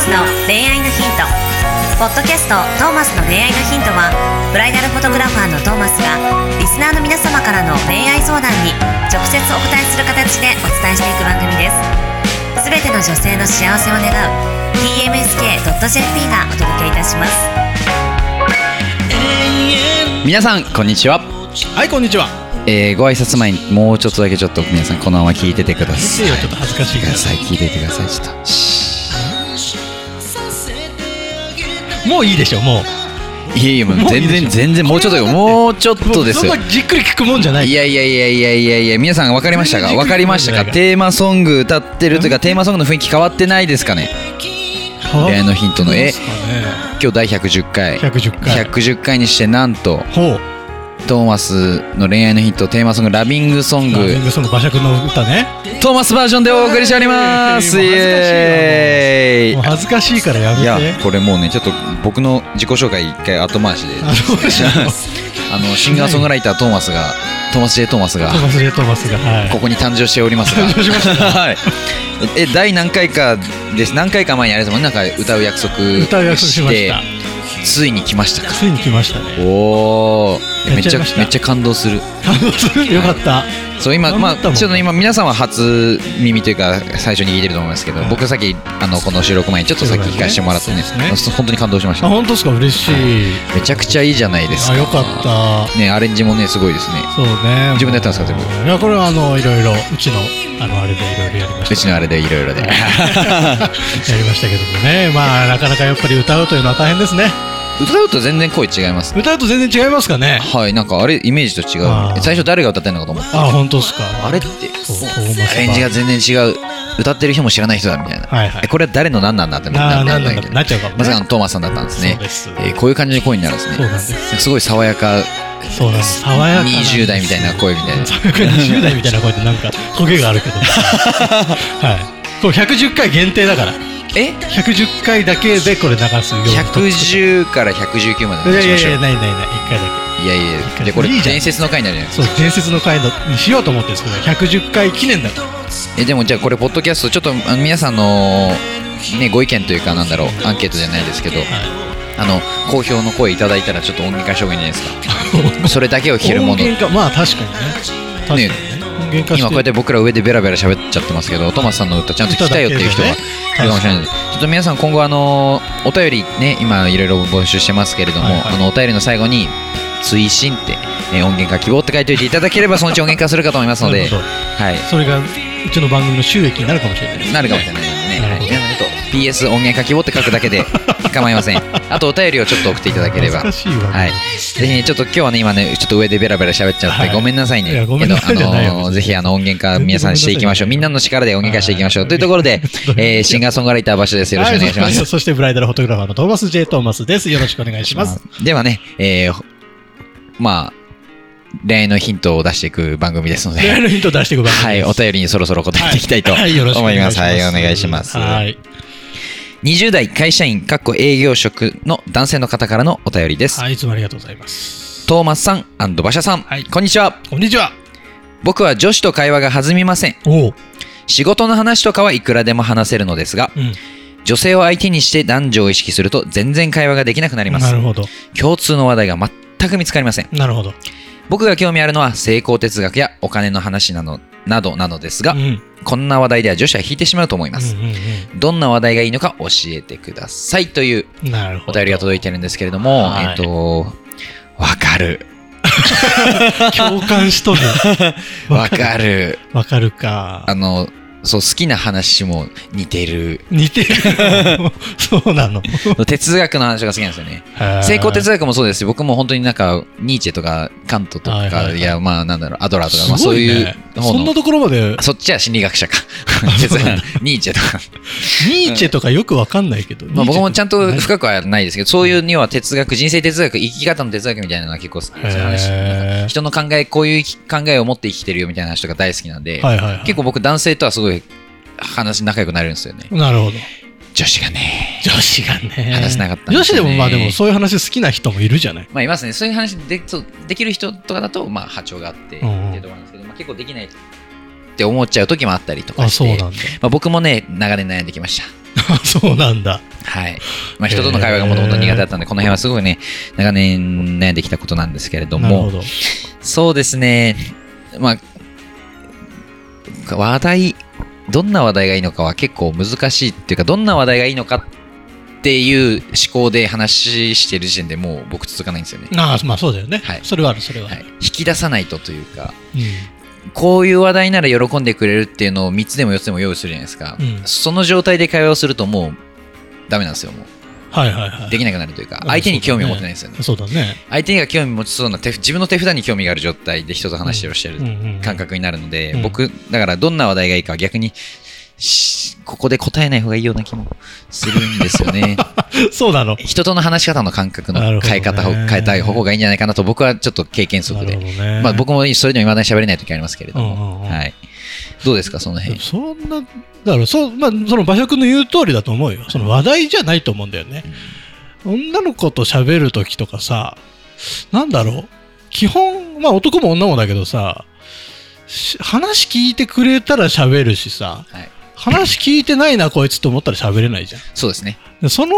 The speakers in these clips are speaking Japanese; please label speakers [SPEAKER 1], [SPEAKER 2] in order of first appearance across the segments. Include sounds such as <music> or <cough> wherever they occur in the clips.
[SPEAKER 1] スの恋愛のヒント」ポッドキャスト「トーマスの恋愛のヒントは」ブライダルフォトグラファーのトーマスがリスナーの皆様からの恋愛相談に直接お答えする形でお伝えしていく番組ですすべての女性の幸せを願う tmsk.jp がお届けいたします
[SPEAKER 2] 皆さんこんにちは、
[SPEAKER 3] はいこんにちは。
[SPEAKER 2] えー、ご挨拶前にもうちょっとだけちょっと皆さんこのまま聞いててください
[SPEAKER 3] ちょっと恥ずかしい
[SPEAKER 2] 聞いてください聞いててくださいちょっと
[SPEAKER 3] もういいでしょもう。
[SPEAKER 2] いやいやもう
[SPEAKER 3] もういい
[SPEAKER 2] 全
[SPEAKER 3] でし
[SPEAKER 2] 然
[SPEAKER 3] ょ
[SPEAKER 2] 全然もうちょっと
[SPEAKER 3] <laughs>
[SPEAKER 2] よもうちょっとですよ
[SPEAKER 3] そんなじっくり聞くもんじゃない。
[SPEAKER 2] いやいやいやいやいやいや皆さん分かりました
[SPEAKER 3] 全
[SPEAKER 2] か
[SPEAKER 3] 然
[SPEAKER 2] 分かりました
[SPEAKER 3] じっくり聞
[SPEAKER 2] か
[SPEAKER 3] いて
[SPEAKER 2] テーマソング歌ってるというかテーマソングの雰囲気変わってないですかね
[SPEAKER 3] は
[SPEAKER 2] 恋愛のヒントの絵
[SPEAKER 3] そうですかね
[SPEAKER 2] 今日第110回
[SPEAKER 3] 110回
[SPEAKER 2] 110回にしてなんと
[SPEAKER 3] ほう。
[SPEAKER 2] トーマスの恋愛のヒントテーマソング「ラビングソン
[SPEAKER 3] ラ
[SPEAKER 2] グ
[SPEAKER 3] ビングソング馬借の歌ね。」
[SPEAKER 2] トーマスバージョンでお送りしております
[SPEAKER 3] もう
[SPEAKER 2] イ
[SPEAKER 3] 恥ずかしいわもう
[SPEAKER 2] エーイ
[SPEAKER 3] もう恥ずかしいからや
[SPEAKER 2] いや
[SPEAKER 3] めて。
[SPEAKER 2] これもうねちょっと僕の自己紹介一回後回しで
[SPEAKER 3] あどうしよう。
[SPEAKER 2] <laughs> あのシンガーソングライタートーマスがトーマス J トーマスが
[SPEAKER 3] トーマスレトーマスがはい。
[SPEAKER 2] ここに誕生しておりますが
[SPEAKER 3] <laughs> 誕生しました
[SPEAKER 2] <laughs> はいえ第何回かです何回か前にあれですもんねなんか歌う約束
[SPEAKER 3] 歌う約束しま
[SPEAKER 2] て
[SPEAKER 3] した。
[SPEAKER 2] ついに来ましたか
[SPEAKER 3] ついに来ましたね。
[SPEAKER 2] おお
[SPEAKER 3] やっ
[SPEAKER 2] めっ
[SPEAKER 3] ちゃ
[SPEAKER 2] ち
[SPEAKER 3] い
[SPEAKER 2] ゃ
[SPEAKER 3] ました
[SPEAKER 2] めっちゃ感動する
[SPEAKER 3] 感動するよかった。
[SPEAKER 2] そう今ま
[SPEAKER 3] 頑張ったも
[SPEAKER 2] あ
[SPEAKER 3] ん
[SPEAKER 2] ちょっと今皆さんは初耳というか最初に聞いてると思いますけど
[SPEAKER 3] はい
[SPEAKER 2] 僕さっきあのこの収録前にちょっとさっき聞かせてもらってね
[SPEAKER 3] そうです
[SPEAKER 2] 本当に感動しまし
[SPEAKER 3] あ
[SPEAKER 2] た
[SPEAKER 3] 本当ですか嬉しい。
[SPEAKER 2] めちゃくちゃいいじゃないですか
[SPEAKER 3] あよかった。
[SPEAKER 2] ねアレンジもねすごいですね
[SPEAKER 3] そうね。
[SPEAKER 2] 自分でやったんですか全部
[SPEAKER 3] いやこれはあのいろいろうちのあのあれでいろいろやりました
[SPEAKER 2] う。ちのあれでいろ
[SPEAKER 3] <laughs>
[SPEAKER 2] いろで
[SPEAKER 3] やりましたけどもね、まあなかなかやっぱり歌うというのは大変ですね。
[SPEAKER 2] 歌うと全然声違います
[SPEAKER 3] 歌うと全然違いますかね。
[SPEAKER 2] はいなんかあれイメージと違う
[SPEAKER 3] あー
[SPEAKER 2] 最初誰が歌ってんのかと思って
[SPEAKER 3] あ、本当ですか。
[SPEAKER 2] あれって
[SPEAKER 3] そうトーマス
[SPEAKER 2] アレンジが全然違う歌ってる人も知らない人だみたいな
[SPEAKER 3] はいはい
[SPEAKER 2] えこれは誰の何なんだって
[SPEAKER 3] な
[SPEAKER 2] な
[SPEAKER 3] なん
[SPEAKER 2] んだ
[SPEAKER 3] なん
[SPEAKER 2] け
[SPEAKER 3] だ
[SPEAKER 2] ど
[SPEAKER 3] なっちゃうかもね。
[SPEAKER 2] まさかのトーマスさんだったんですね
[SPEAKER 3] そうです
[SPEAKER 2] えーこういう感じの声になるんです
[SPEAKER 3] そう
[SPEAKER 2] ね
[SPEAKER 3] なんです。
[SPEAKER 2] すごい爽やか
[SPEAKER 3] そうなんです。爽やかな。
[SPEAKER 2] 20代みたいな声みたいな
[SPEAKER 3] 爽やか20代みたいな声ってなんかトゲがあるけ
[SPEAKER 2] <laughs>
[SPEAKER 3] ど。はい。これ110回限定だから。
[SPEAKER 2] え
[SPEAKER 3] 110回だけでこれ流すように
[SPEAKER 2] 110から119まで
[SPEAKER 3] い
[SPEAKER 2] 流
[SPEAKER 3] やい
[SPEAKER 2] し
[SPEAKER 3] や
[SPEAKER 2] ま
[SPEAKER 3] いや、な
[SPEAKER 2] しょう
[SPEAKER 3] いないない、一回だけ。
[SPEAKER 2] いやいやいやでこれ
[SPEAKER 3] いいじゃん
[SPEAKER 2] 伝説の回になるじゃないですか
[SPEAKER 3] そう伝説の回にしようと思ってるん
[SPEAKER 2] <laughs>
[SPEAKER 3] ですけど110回記念だから
[SPEAKER 2] えでもじゃあこれポッドキャストちょっとあの皆さんの、ね、ご意見というかなんだろうアンケートじゃないですけどあの好評の声いただいたらちょっと音源化した方がいいんじゃないですかそれだけを聞けるもの
[SPEAKER 3] 音源化まあ確かにね確かにね
[SPEAKER 2] ね
[SPEAKER 3] 音源化して
[SPEAKER 2] 今こうやって僕ら上でベラベラ喋っちゃってますけどトマスさんの歌ちゃんと聞きたいよっていう人はいるかもしれないんでちょっと皆さん今後あのお便りね今いろいろ募集してますけれども、
[SPEAKER 3] はいはい
[SPEAKER 2] あのお便りの最後に「追伸」って、えー音源化希望って書いておいていただければそのうち音源化するかと思いますので
[SPEAKER 3] なるほ
[SPEAKER 2] はい
[SPEAKER 3] どそれがうちの番組の収益になるかもしれないです
[SPEAKER 2] なるかもしれないのでね、
[SPEAKER 3] な
[SPEAKER 2] は
[SPEAKER 3] るほ
[SPEAKER 2] い、
[SPEAKER 3] ど
[SPEAKER 2] 皆さんちょっと PS 音源書き棒って書くだけで <laughs> 構いませんあとお便りをちょっと送っていただければ
[SPEAKER 3] 懐かしいわ
[SPEAKER 2] はい、ぜひねちょっと今日はね今ねちょっと上でベラベラ喋っちゃって、
[SPEAKER 3] はい
[SPEAKER 2] ごめんなさいね
[SPEAKER 3] いやごめんなさい
[SPEAKER 2] けど
[SPEAKER 3] じゃないよ
[SPEAKER 2] あ
[SPEAKER 3] 別
[SPEAKER 2] の
[SPEAKER 3] に
[SPEAKER 2] ぜひあの音源化皆さんしていきましょうみんなの力で音源化していきましょう
[SPEAKER 3] はい
[SPEAKER 2] というところ
[SPEAKER 3] <laughs>
[SPEAKER 2] で、えーシンガーソングライター場所ですよろしくお願いしま
[SPEAKER 3] は
[SPEAKER 2] す
[SPEAKER 3] そそしてブライダルフォトグラファーのトーマス・ J ・トーマスですよろしくお願いします
[SPEAKER 2] ではねえーほまあ恋愛のヒントを出していく番組ですので
[SPEAKER 3] 恋愛のヒントを出してくださ
[SPEAKER 2] はいい、お便りにそろそろ答えていきたいと思
[SPEAKER 3] はいよろしくお願
[SPEAKER 2] ま
[SPEAKER 3] いし
[SPEAKER 2] す。
[SPEAKER 3] ま
[SPEAKER 2] は
[SPEAKER 3] す
[SPEAKER 2] い、お願いします。
[SPEAKER 3] はい
[SPEAKER 2] 20代会社員かっこ営業職の男性の方からのお便りです、
[SPEAKER 3] はいいつもありがとうございます
[SPEAKER 2] トーマスさん馬車さん、
[SPEAKER 3] はい
[SPEAKER 2] こんにちは
[SPEAKER 3] こんにちは
[SPEAKER 2] 僕は女子と会話が弾みません
[SPEAKER 3] おう
[SPEAKER 2] 仕事の話とかはいくらでも話せるのですが
[SPEAKER 3] うん
[SPEAKER 2] 女性を相手にして男女を意識すると全然会話ができなくなりま
[SPEAKER 3] な
[SPEAKER 2] す
[SPEAKER 3] るほど
[SPEAKER 2] 共通の話題が全く見つかりません
[SPEAKER 3] なるほど
[SPEAKER 2] 僕が興味あるのは成功哲学やお金の話なのなどなのですが、
[SPEAKER 3] うんうん
[SPEAKER 2] こんな話題では女子は引いてしまうと思います、
[SPEAKER 3] うん
[SPEAKER 2] どんな話題がいいのか教えてくださいという
[SPEAKER 3] うんなるほ
[SPEAKER 2] お
[SPEAKER 3] ど
[SPEAKER 2] 便りが届いてるんですけれども、
[SPEAKER 3] はい
[SPEAKER 2] えっと、わかる。
[SPEAKER 3] 共感しと
[SPEAKER 2] <laughs>
[SPEAKER 3] る
[SPEAKER 2] わかる。
[SPEAKER 3] わかるか
[SPEAKER 2] あの、そう、好きな話も似てる。
[SPEAKER 3] 似
[SPEAKER 2] <laughs>
[SPEAKER 3] てるそうなの
[SPEAKER 2] 哲学の話が好きなんですよね。成功哲学もそうですし、僕も本当になんか、ニーチェとか、カントとか、
[SPEAKER 3] はい
[SPEAKER 2] い
[SPEAKER 3] はいはい
[SPEAKER 2] や、まあなんだろう、アドラーとか、
[SPEAKER 3] す
[SPEAKER 2] まあ
[SPEAKER 3] ご
[SPEAKER 2] そう
[SPEAKER 3] い
[SPEAKER 2] いう
[SPEAKER 3] ね
[SPEAKER 2] 方
[SPEAKER 3] そんな
[SPEAKER 2] の。
[SPEAKER 3] ところまで
[SPEAKER 2] そっちは心理学者か。哲
[SPEAKER 3] そう
[SPEAKER 2] 学
[SPEAKER 3] なん
[SPEAKER 2] <laughs>
[SPEAKER 3] だ
[SPEAKER 2] ニーチ
[SPEAKER 3] <laughs>
[SPEAKER 2] ェとか。
[SPEAKER 3] ニーチェとかよくわかんないけど、
[SPEAKER 2] まあ、僕もちゃんと
[SPEAKER 3] ニーチェ
[SPEAKER 2] 深くはないですけど、そういうには哲学、人生哲学、生き方の哲学みたいなのが結構好きです。話
[SPEAKER 3] へー
[SPEAKER 2] 人の考え、こういう生き考えを持って生きてるよみたいな話とか大好きなんで、
[SPEAKER 3] はいはいはい
[SPEAKER 2] 結構僕男性とはすごい話仲良くなれるんですよね
[SPEAKER 3] なるほど
[SPEAKER 2] 女子がね
[SPEAKER 3] 女子がね
[SPEAKER 2] 話せなかったん
[SPEAKER 3] 女
[SPEAKER 2] です
[SPEAKER 3] 子
[SPEAKER 2] よね
[SPEAKER 3] でもまあでもそういう話好きな人もいるじゃない
[SPEAKER 2] まあいますねそういう話でそうできる人とかだとまあ波長があってって
[SPEAKER 3] うん
[SPEAKER 2] いうところなんですけど、まあ、結構できないって思っちゃう時もあったりとか
[SPEAKER 3] あ
[SPEAKER 2] し
[SPEAKER 3] そう
[SPEAKER 2] て
[SPEAKER 3] なんだ
[SPEAKER 2] まあ、僕もね長年悩んできました
[SPEAKER 3] <laughs> そうなんだ。
[SPEAKER 2] はい。まあ、人との会話がもともと苦手だったんで、この辺はすごいね、長年悩んできたことなんですけれど
[SPEAKER 3] なるほ
[SPEAKER 2] も、
[SPEAKER 3] ど。
[SPEAKER 2] そうですね、まあ、話題、どんな話題がいいのかは結構難しいっていうか、どんな話題がいいのかっていう思考で話してる時点でもう僕続かないんですよね。
[SPEAKER 3] ああ、まあそうだよね。
[SPEAKER 2] はい
[SPEAKER 3] それはある、それは。
[SPEAKER 2] はい、引き出さないとというか、
[SPEAKER 3] うん
[SPEAKER 2] こういう話題なら喜んでくれるっていうのを3つでも4つでも用意するじゃないですか。
[SPEAKER 3] うん
[SPEAKER 2] その状態で会話をするともうダメなんですよ、もう。
[SPEAKER 3] はいはいはい。
[SPEAKER 2] できなくなるというか
[SPEAKER 3] う、ん
[SPEAKER 2] 相手に興味を持てないんですよね。
[SPEAKER 3] そうだね。
[SPEAKER 2] 相手が興味持ちそうな手自分の手札に興味がある状態で人と話をして
[SPEAKER 3] うん
[SPEAKER 2] る
[SPEAKER 3] うんうん
[SPEAKER 2] 感覚になるので、
[SPEAKER 3] うん
[SPEAKER 2] 僕だからどんな話題がいいか逆にしここで答えない方がいいような気もするんですよ
[SPEAKER 3] <laughs>
[SPEAKER 2] ね
[SPEAKER 3] そうなの。
[SPEAKER 2] 人との話し方の感覚
[SPEAKER 3] なる
[SPEAKER 2] の
[SPEAKER 3] ほど
[SPEAKER 2] 変え
[SPEAKER 3] ね
[SPEAKER 2] 方を変えた方がいいんじゃないかなと僕はちょっと経験則
[SPEAKER 3] な
[SPEAKER 2] で、
[SPEAKER 3] るほどね。
[SPEAKER 2] まあ、僕もそれでも未だに喋れない時ありますけれど
[SPEAKER 3] う
[SPEAKER 2] も、
[SPEAKER 3] んうんうん
[SPEAKER 2] はい、どうですかその
[SPEAKER 3] でも
[SPEAKER 2] 辺
[SPEAKER 3] そんな、だから、そう、まあ、その馬車君の言う通りだと思うよ。その話題じゃないと思うんだよね。女の子と喋るときとかさ、なんだろう。基本、まあ男も女もだけどさ、し話聞いてくれたら喋るしさ、
[SPEAKER 2] はい
[SPEAKER 3] 話聞いてないな、こいつと思ったら喋れないじゃん
[SPEAKER 2] そうですね
[SPEAKER 3] で。その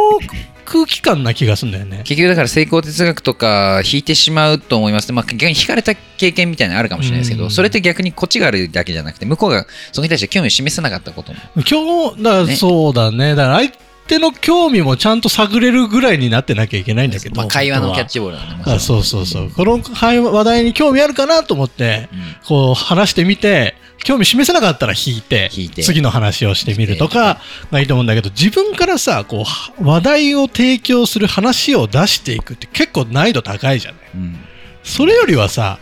[SPEAKER 3] 空気感な気がするんだよね。
[SPEAKER 2] 結局だから成功哲学とか引いてしまうと思いますね、まあ、逆に引かれた経験みたいなのあるかもしれないですけ
[SPEAKER 3] う
[SPEAKER 2] ど
[SPEAKER 3] ん
[SPEAKER 2] それって逆にこっちがあるだけじゃなくて向こうがその人たちに興味を示せなかったことも
[SPEAKER 3] 今日、だから
[SPEAKER 2] ね
[SPEAKER 3] そうだね。だから相手の興味もちゃんと探れるぐらいになってなきゃいけないんだけど。
[SPEAKER 2] まあ、会話の
[SPEAKER 3] 本当
[SPEAKER 2] キャ
[SPEAKER 3] は
[SPEAKER 2] ッチボールなんでもちろん
[SPEAKER 3] あそうそうそう。この話話題に興味あるかなと思って、
[SPEAKER 2] うん
[SPEAKER 3] こう話してみて、興味示せなかったら引いて、
[SPEAKER 2] 引いて
[SPEAKER 3] 次の話をしてみるとかがいいと思うんだけど、自分からさ、こうは話題を提供する話を出していくって結構難易度高いじゃない。
[SPEAKER 2] うん
[SPEAKER 3] それよりはさ、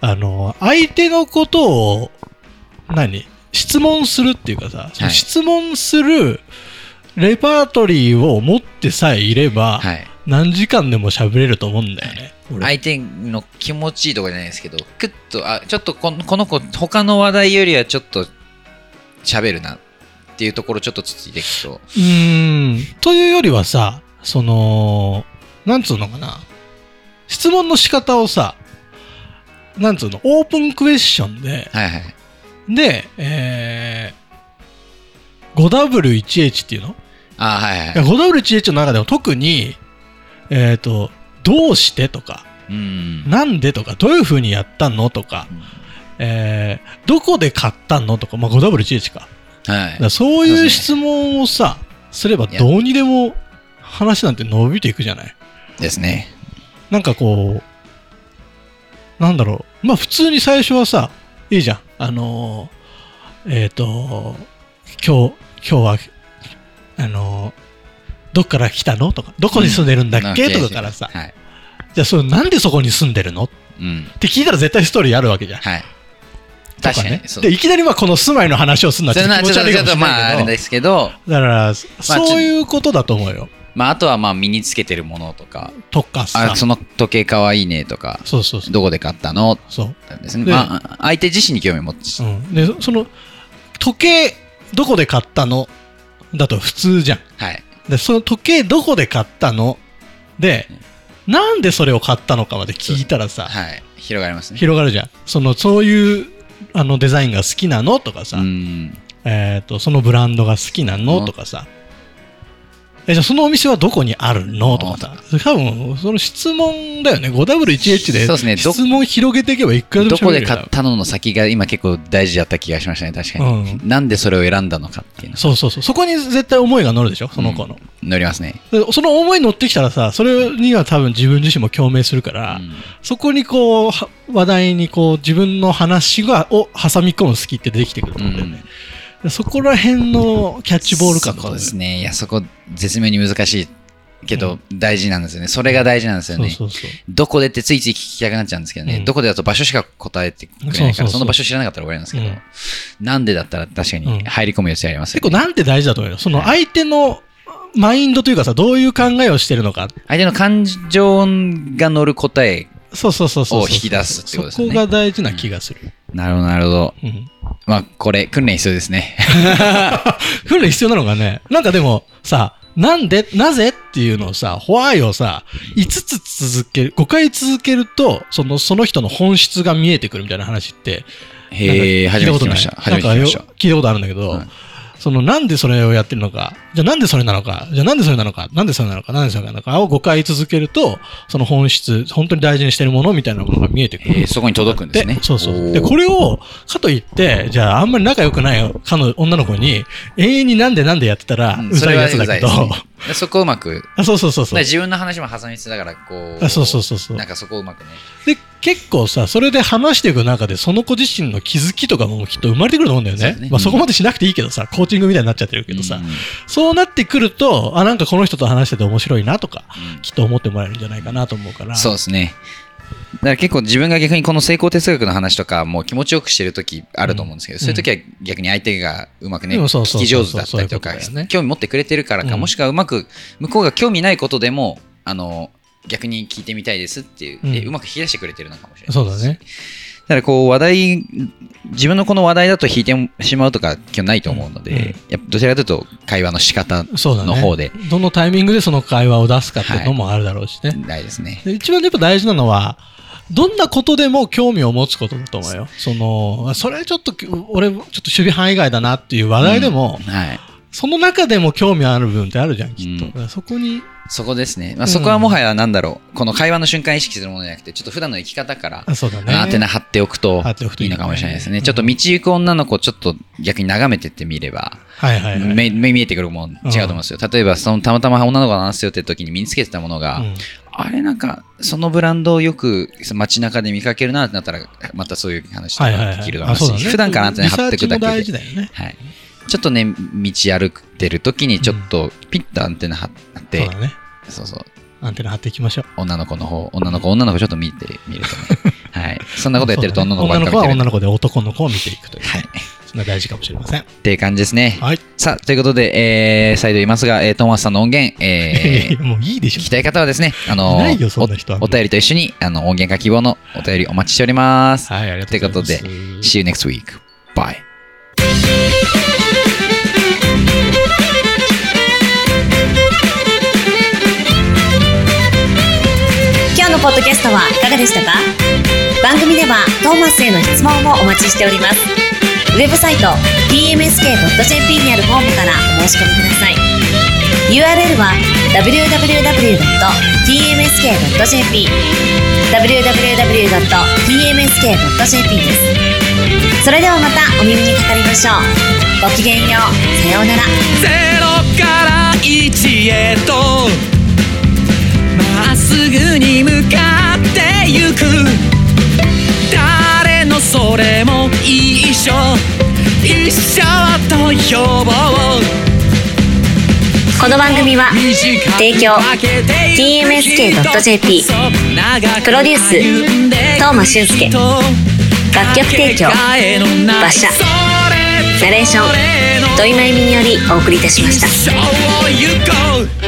[SPEAKER 3] あの、相手のことを、何質問するっていうかさ、
[SPEAKER 2] はい
[SPEAKER 3] 質問するレパートリーを持ってさえいれば、
[SPEAKER 2] はい、
[SPEAKER 3] 何時間でも喋れると思うんだよね。俺
[SPEAKER 2] 相手の気持ちいいとかじゃないですけどクッとあちょっとこのこの子他の話題よりはちょっと喋るなっていうところちょっとつついていくと
[SPEAKER 3] うーん。というよりはさ、その、なんつうのかな。質問の仕方をさ、なんつうの、オープンクエスチョンで、
[SPEAKER 2] はいはい
[SPEAKER 3] で、えー、5W1H っていうの
[SPEAKER 2] あはいはい
[SPEAKER 3] いや 5W1H の中でも特に、えっ、と、どうしてとか、
[SPEAKER 2] うん
[SPEAKER 3] なんでとか、どういうふうにやったのとか、えーどこで買ったのとか、まあ、5W1H か。
[SPEAKER 2] は
[SPEAKER 3] だ
[SPEAKER 2] い
[SPEAKER 3] からそういう質問をさ、すればどうにでも話なんて伸びていくじゃない
[SPEAKER 2] ですね
[SPEAKER 3] なんかこう、なんだろう。まあ普通に最初はさ、いいじゃん。あのー、えっ、と、今日、今日は、あのー、どっから来たのとか、どこに住んでるんだっけ、
[SPEAKER 2] うん
[SPEAKER 3] とかからさ、
[SPEAKER 2] はい
[SPEAKER 3] じゃあそれなんでそこに住んでるのっ
[SPEAKER 2] うん
[SPEAKER 3] て聞いたら絶対ストーリーあるわけじゃん。
[SPEAKER 2] はい
[SPEAKER 3] と
[SPEAKER 2] 確かに
[SPEAKER 3] ね
[SPEAKER 2] そ。う
[SPEAKER 3] で、いきなりまあこの住まいの話をするのは
[SPEAKER 2] そ
[SPEAKER 3] ちょ
[SPEAKER 2] れ
[SPEAKER 3] っと
[SPEAKER 2] な
[SPEAKER 3] 気
[SPEAKER 2] ち
[SPEAKER 3] 持ち
[SPEAKER 2] ょっと
[SPEAKER 3] 悪い
[SPEAKER 2] ちょ
[SPEAKER 3] かも
[SPEAKER 2] っと
[SPEAKER 3] しれ
[SPEAKER 2] まああ
[SPEAKER 3] な
[SPEAKER 2] れ
[SPEAKER 3] いけ
[SPEAKER 2] ですけど
[SPEAKER 3] ど、だから、そういうことだと思うよ。
[SPEAKER 2] まああとはまあ身につけてるものとか
[SPEAKER 3] とかさ
[SPEAKER 2] あ、その時計かわいいねとか
[SPEAKER 3] そうそうそう。
[SPEAKER 2] どこで買ったの
[SPEAKER 3] そう
[SPEAKER 2] なんですね。
[SPEAKER 3] で
[SPEAKER 2] まあ、相手自身に興味を持つ。
[SPEAKER 3] うん、でその時計どこで買ったのだと普通じゃん
[SPEAKER 2] はい。
[SPEAKER 3] でその時計どこで買ったのでなんでそれを買ったのかまで聞いたらさ
[SPEAKER 2] はい。広がりますね。
[SPEAKER 3] 広がるじゃんそのそういうあのデザインが好きなのとかさ、
[SPEAKER 2] うん。
[SPEAKER 3] えー、とそのブランドが好きなの、
[SPEAKER 2] うん
[SPEAKER 3] とかさえじゃあそのお店はどこにあるのとかさ多分その質問だよね 5W1H で
[SPEAKER 2] そうですねど
[SPEAKER 3] 質問広げていけばいくらでも
[SPEAKER 2] ど
[SPEAKER 3] 喋
[SPEAKER 2] こ
[SPEAKER 3] れ
[SPEAKER 2] で
[SPEAKER 3] るよ
[SPEAKER 2] 買ったのの先が今結構大事だった気がしましたね。確かに。なんでそれを選んだのかっていうの。
[SPEAKER 3] そうそうそうそこに絶対思いが乗るでしょその子の、
[SPEAKER 2] 乗りますね。
[SPEAKER 3] でその思いに乗ってきたらさ、それには多分自分自身も共鳴するから、
[SPEAKER 2] うん
[SPEAKER 3] そこにこう、は話題にこう、自分の話が、を挟み込む好きってできてくると思うんだよね。でそこら辺のキャッチボール感と
[SPEAKER 2] そ
[SPEAKER 3] か
[SPEAKER 2] う
[SPEAKER 3] ね
[SPEAKER 2] ですね。いや、そこ、絶妙に難しいけど、大事なんですよね。それが大事なんですよ
[SPEAKER 3] そう
[SPEAKER 2] ね。
[SPEAKER 3] そうそう。
[SPEAKER 2] どこでってついつい聞きたくなっちゃうんですけどね。
[SPEAKER 3] うん
[SPEAKER 2] どこでだと場所しか答えてくれないから、
[SPEAKER 3] そそ
[SPEAKER 2] そう
[SPEAKER 3] うそう
[SPEAKER 2] の場所知らなかったら終わりなんですけど、
[SPEAKER 3] うん
[SPEAKER 2] なんでだったら確かに入り込む余地ありますよ
[SPEAKER 3] 結
[SPEAKER 2] ね
[SPEAKER 3] 構なんて大事だと思うよ。その相手のマインドというかさ、どういう考えをしてるのか。
[SPEAKER 2] 相手の感情が乗る答え。
[SPEAKER 3] そうそうそうそう。
[SPEAKER 2] を引き出すってことですよね
[SPEAKER 3] そこが大事な気がする。
[SPEAKER 2] なるほど、なるほど。
[SPEAKER 3] うん。
[SPEAKER 2] まあ、これ、訓練必要ですね。
[SPEAKER 3] <laughs> 訓練必要なのがね、なんかでもさ、なんで、なぜっていうのをさ、ホワイをさ、5つ続ける、5回続けると、その、その人の本質が見えてくるみたいな話って、
[SPEAKER 2] へえ、
[SPEAKER 3] なんか
[SPEAKER 2] 初めて聞きました。
[SPEAKER 3] な
[SPEAKER 2] 初
[SPEAKER 3] ん
[SPEAKER 2] めて
[SPEAKER 3] か
[SPEAKER 2] 聞き
[SPEAKER 3] よ
[SPEAKER 2] ました。
[SPEAKER 3] 聞いたことあるんだけど、
[SPEAKER 2] はい
[SPEAKER 3] そのなんでそれをやってるのか、じゃあなんでそれなのか、じゃあなんでそれなのか、なんでそれなのか、なんでそれなのかを誤解続けると、その本質、本当に大事にしてるものみたいなものが見えてくる
[SPEAKER 2] えー。そこに届くんですね。
[SPEAKER 3] そうそう。で、
[SPEAKER 2] おー
[SPEAKER 3] これを、かといって、じゃああんまり仲良くないかの女の子に、永遠になんでなんでやってたら、
[SPEAKER 2] うん
[SPEAKER 3] うざいやつだけど
[SPEAKER 2] それ、はうざいですねでそこをうまく、だか
[SPEAKER 3] <laughs> あそうそうそうそ
[SPEAKER 2] ら
[SPEAKER 3] う。
[SPEAKER 2] 自分の話も挟みつつだから、こう、
[SPEAKER 3] あそうそうそうそう
[SPEAKER 2] なん。かそこをうまくね。
[SPEAKER 3] で、結構さ、それで話していく中で、その子自身の気づきとかもきっと生まれてくると思うんだよ
[SPEAKER 2] そう
[SPEAKER 3] ね
[SPEAKER 2] です。ね
[SPEAKER 3] まあ、そこまでしなくていいけどさ、コーチングみたいになっちゃってるけどさ、
[SPEAKER 2] うん
[SPEAKER 3] そうなってくると、あ、なんかこの人と話してて面白いなとか、
[SPEAKER 2] うん
[SPEAKER 3] きっと思ってもらえるんじゃないかなと思うから。
[SPEAKER 2] そうですね。だから結構自分が逆にこの成功哲学の話とかもう気持ちよくしてる時あると思うんですけ
[SPEAKER 3] う
[SPEAKER 2] ど、
[SPEAKER 3] ん
[SPEAKER 2] そういう時は逆に相手がうまくね、
[SPEAKER 3] うんそう
[SPEAKER 2] 聞
[SPEAKER 3] そうそう
[SPEAKER 2] き上手だったりと
[SPEAKER 3] そう
[SPEAKER 2] か
[SPEAKER 3] いうことですね
[SPEAKER 2] 興味持ってくれてるからか、
[SPEAKER 3] うん
[SPEAKER 2] もしくはうまく向こうが興味ないことでもあの逆に聞いてみたいですっていう、う
[SPEAKER 3] うん
[SPEAKER 2] うまく引き出してくれてるのかもしれない
[SPEAKER 3] そうだね。
[SPEAKER 2] だからこう話題自分のこの話題だと引いてしまうとか今日ないと思うので、
[SPEAKER 3] うんうん
[SPEAKER 2] やっぱどちらかというと会話の仕方
[SPEAKER 3] そうだね。
[SPEAKER 2] の方で
[SPEAKER 3] どのタイミングでその会話を出すかっていうのもあるだろうしね。
[SPEAKER 2] ないですね。
[SPEAKER 3] で一番やっぱ大事なのは、どんなことでも興味を持つことだと思うよ。その、あそれちょっと、俺、ちょっと守備範囲外だなっていう話題でも、
[SPEAKER 2] うんはい、
[SPEAKER 3] その中でも興味ある部分ってあるじゃん、きっと。だからそこに、
[SPEAKER 2] そこですね、
[SPEAKER 3] う
[SPEAKER 2] まあ、
[SPEAKER 3] ん
[SPEAKER 2] そこはもはやなんだろう、この会話の瞬間意識するものじゃなくてちょっと普段の生き方から、
[SPEAKER 3] あそうだね。
[SPEAKER 2] アンテナ張っておくと
[SPEAKER 3] 張っておくと
[SPEAKER 2] い
[SPEAKER 3] いい
[SPEAKER 2] いの
[SPEAKER 3] ね
[SPEAKER 2] かもしれないですね、
[SPEAKER 3] うん
[SPEAKER 2] ちょっと道行く女の子ちょっと逆に眺めてってみれば、
[SPEAKER 3] はいはいはい。
[SPEAKER 2] 目目見えてくるもん違うと思うんですよ、例えばそのたまたま女の子の話すよって時に身につけてたものが、
[SPEAKER 3] うん
[SPEAKER 2] あれなんかそのブランドをよく街中で見かけるなってなったらまたそういう話と
[SPEAKER 3] はいはい
[SPEAKER 2] か
[SPEAKER 3] は
[SPEAKER 2] で
[SPEAKER 3] い。
[SPEAKER 2] きると思うし、
[SPEAKER 3] あそうだね
[SPEAKER 2] 普段からアンテナ張っていく
[SPEAKER 3] リサ
[SPEAKER 2] だけ
[SPEAKER 3] ーチも大
[SPEAKER 2] で
[SPEAKER 3] 事だよね。
[SPEAKER 2] はい、ちょっとね道歩いてる時にちょっとピッとアンテナ張って、
[SPEAKER 3] そうだね。
[SPEAKER 2] そうそう
[SPEAKER 3] アンテナ張っていきましょう。
[SPEAKER 2] 女の子の方、女の子、女の子ちょっと見てみるとね。はい。そんなことやってると
[SPEAKER 3] そうだ
[SPEAKER 2] 女
[SPEAKER 3] ね
[SPEAKER 2] の子ばっか
[SPEAKER 3] は
[SPEAKER 2] り見て
[SPEAKER 3] 女
[SPEAKER 2] る。
[SPEAKER 3] の子で男の子を見ていくという。
[SPEAKER 2] はい。
[SPEAKER 3] そんな大事かもしれません。
[SPEAKER 2] っていう感じですね。
[SPEAKER 3] はい。
[SPEAKER 2] さあ、ということで、えー、再度言いますが、えートーマスさんの音源、え
[SPEAKER 3] <laughs>
[SPEAKER 2] ー、
[SPEAKER 3] もういいでしょ
[SPEAKER 2] 聞き。たい方はですね、あの
[SPEAKER 3] いないよそんな人は
[SPEAKER 2] おお便りと一緒に、あの、音源化希望のお便りお待ちしております。
[SPEAKER 3] はい、ありが
[SPEAKER 2] とうございます
[SPEAKER 3] ということで
[SPEAKER 2] See you next week. Bye.
[SPEAKER 1] Podcast 今日のポッドキャストはいかがでしたか番組ではトーマスへの質問もお待ちしておりますウェブサイト tmsk.jp にあるフォームからお申し込みください URL は www.tmsk.jp www.tmsk.jp ですそれではまたお耳にかかりましょうごきげんようさようなら
[SPEAKER 4] ゼロから一へとまっすぐに向かってゆく誰のそれも一緒一緒と呼ぼう
[SPEAKER 1] この番組は提供 TMSK.jp プロデュース東間俊介楽曲提供馬車ナレーション土井真由美によりお送りいたしました
[SPEAKER 4] 一生を行こう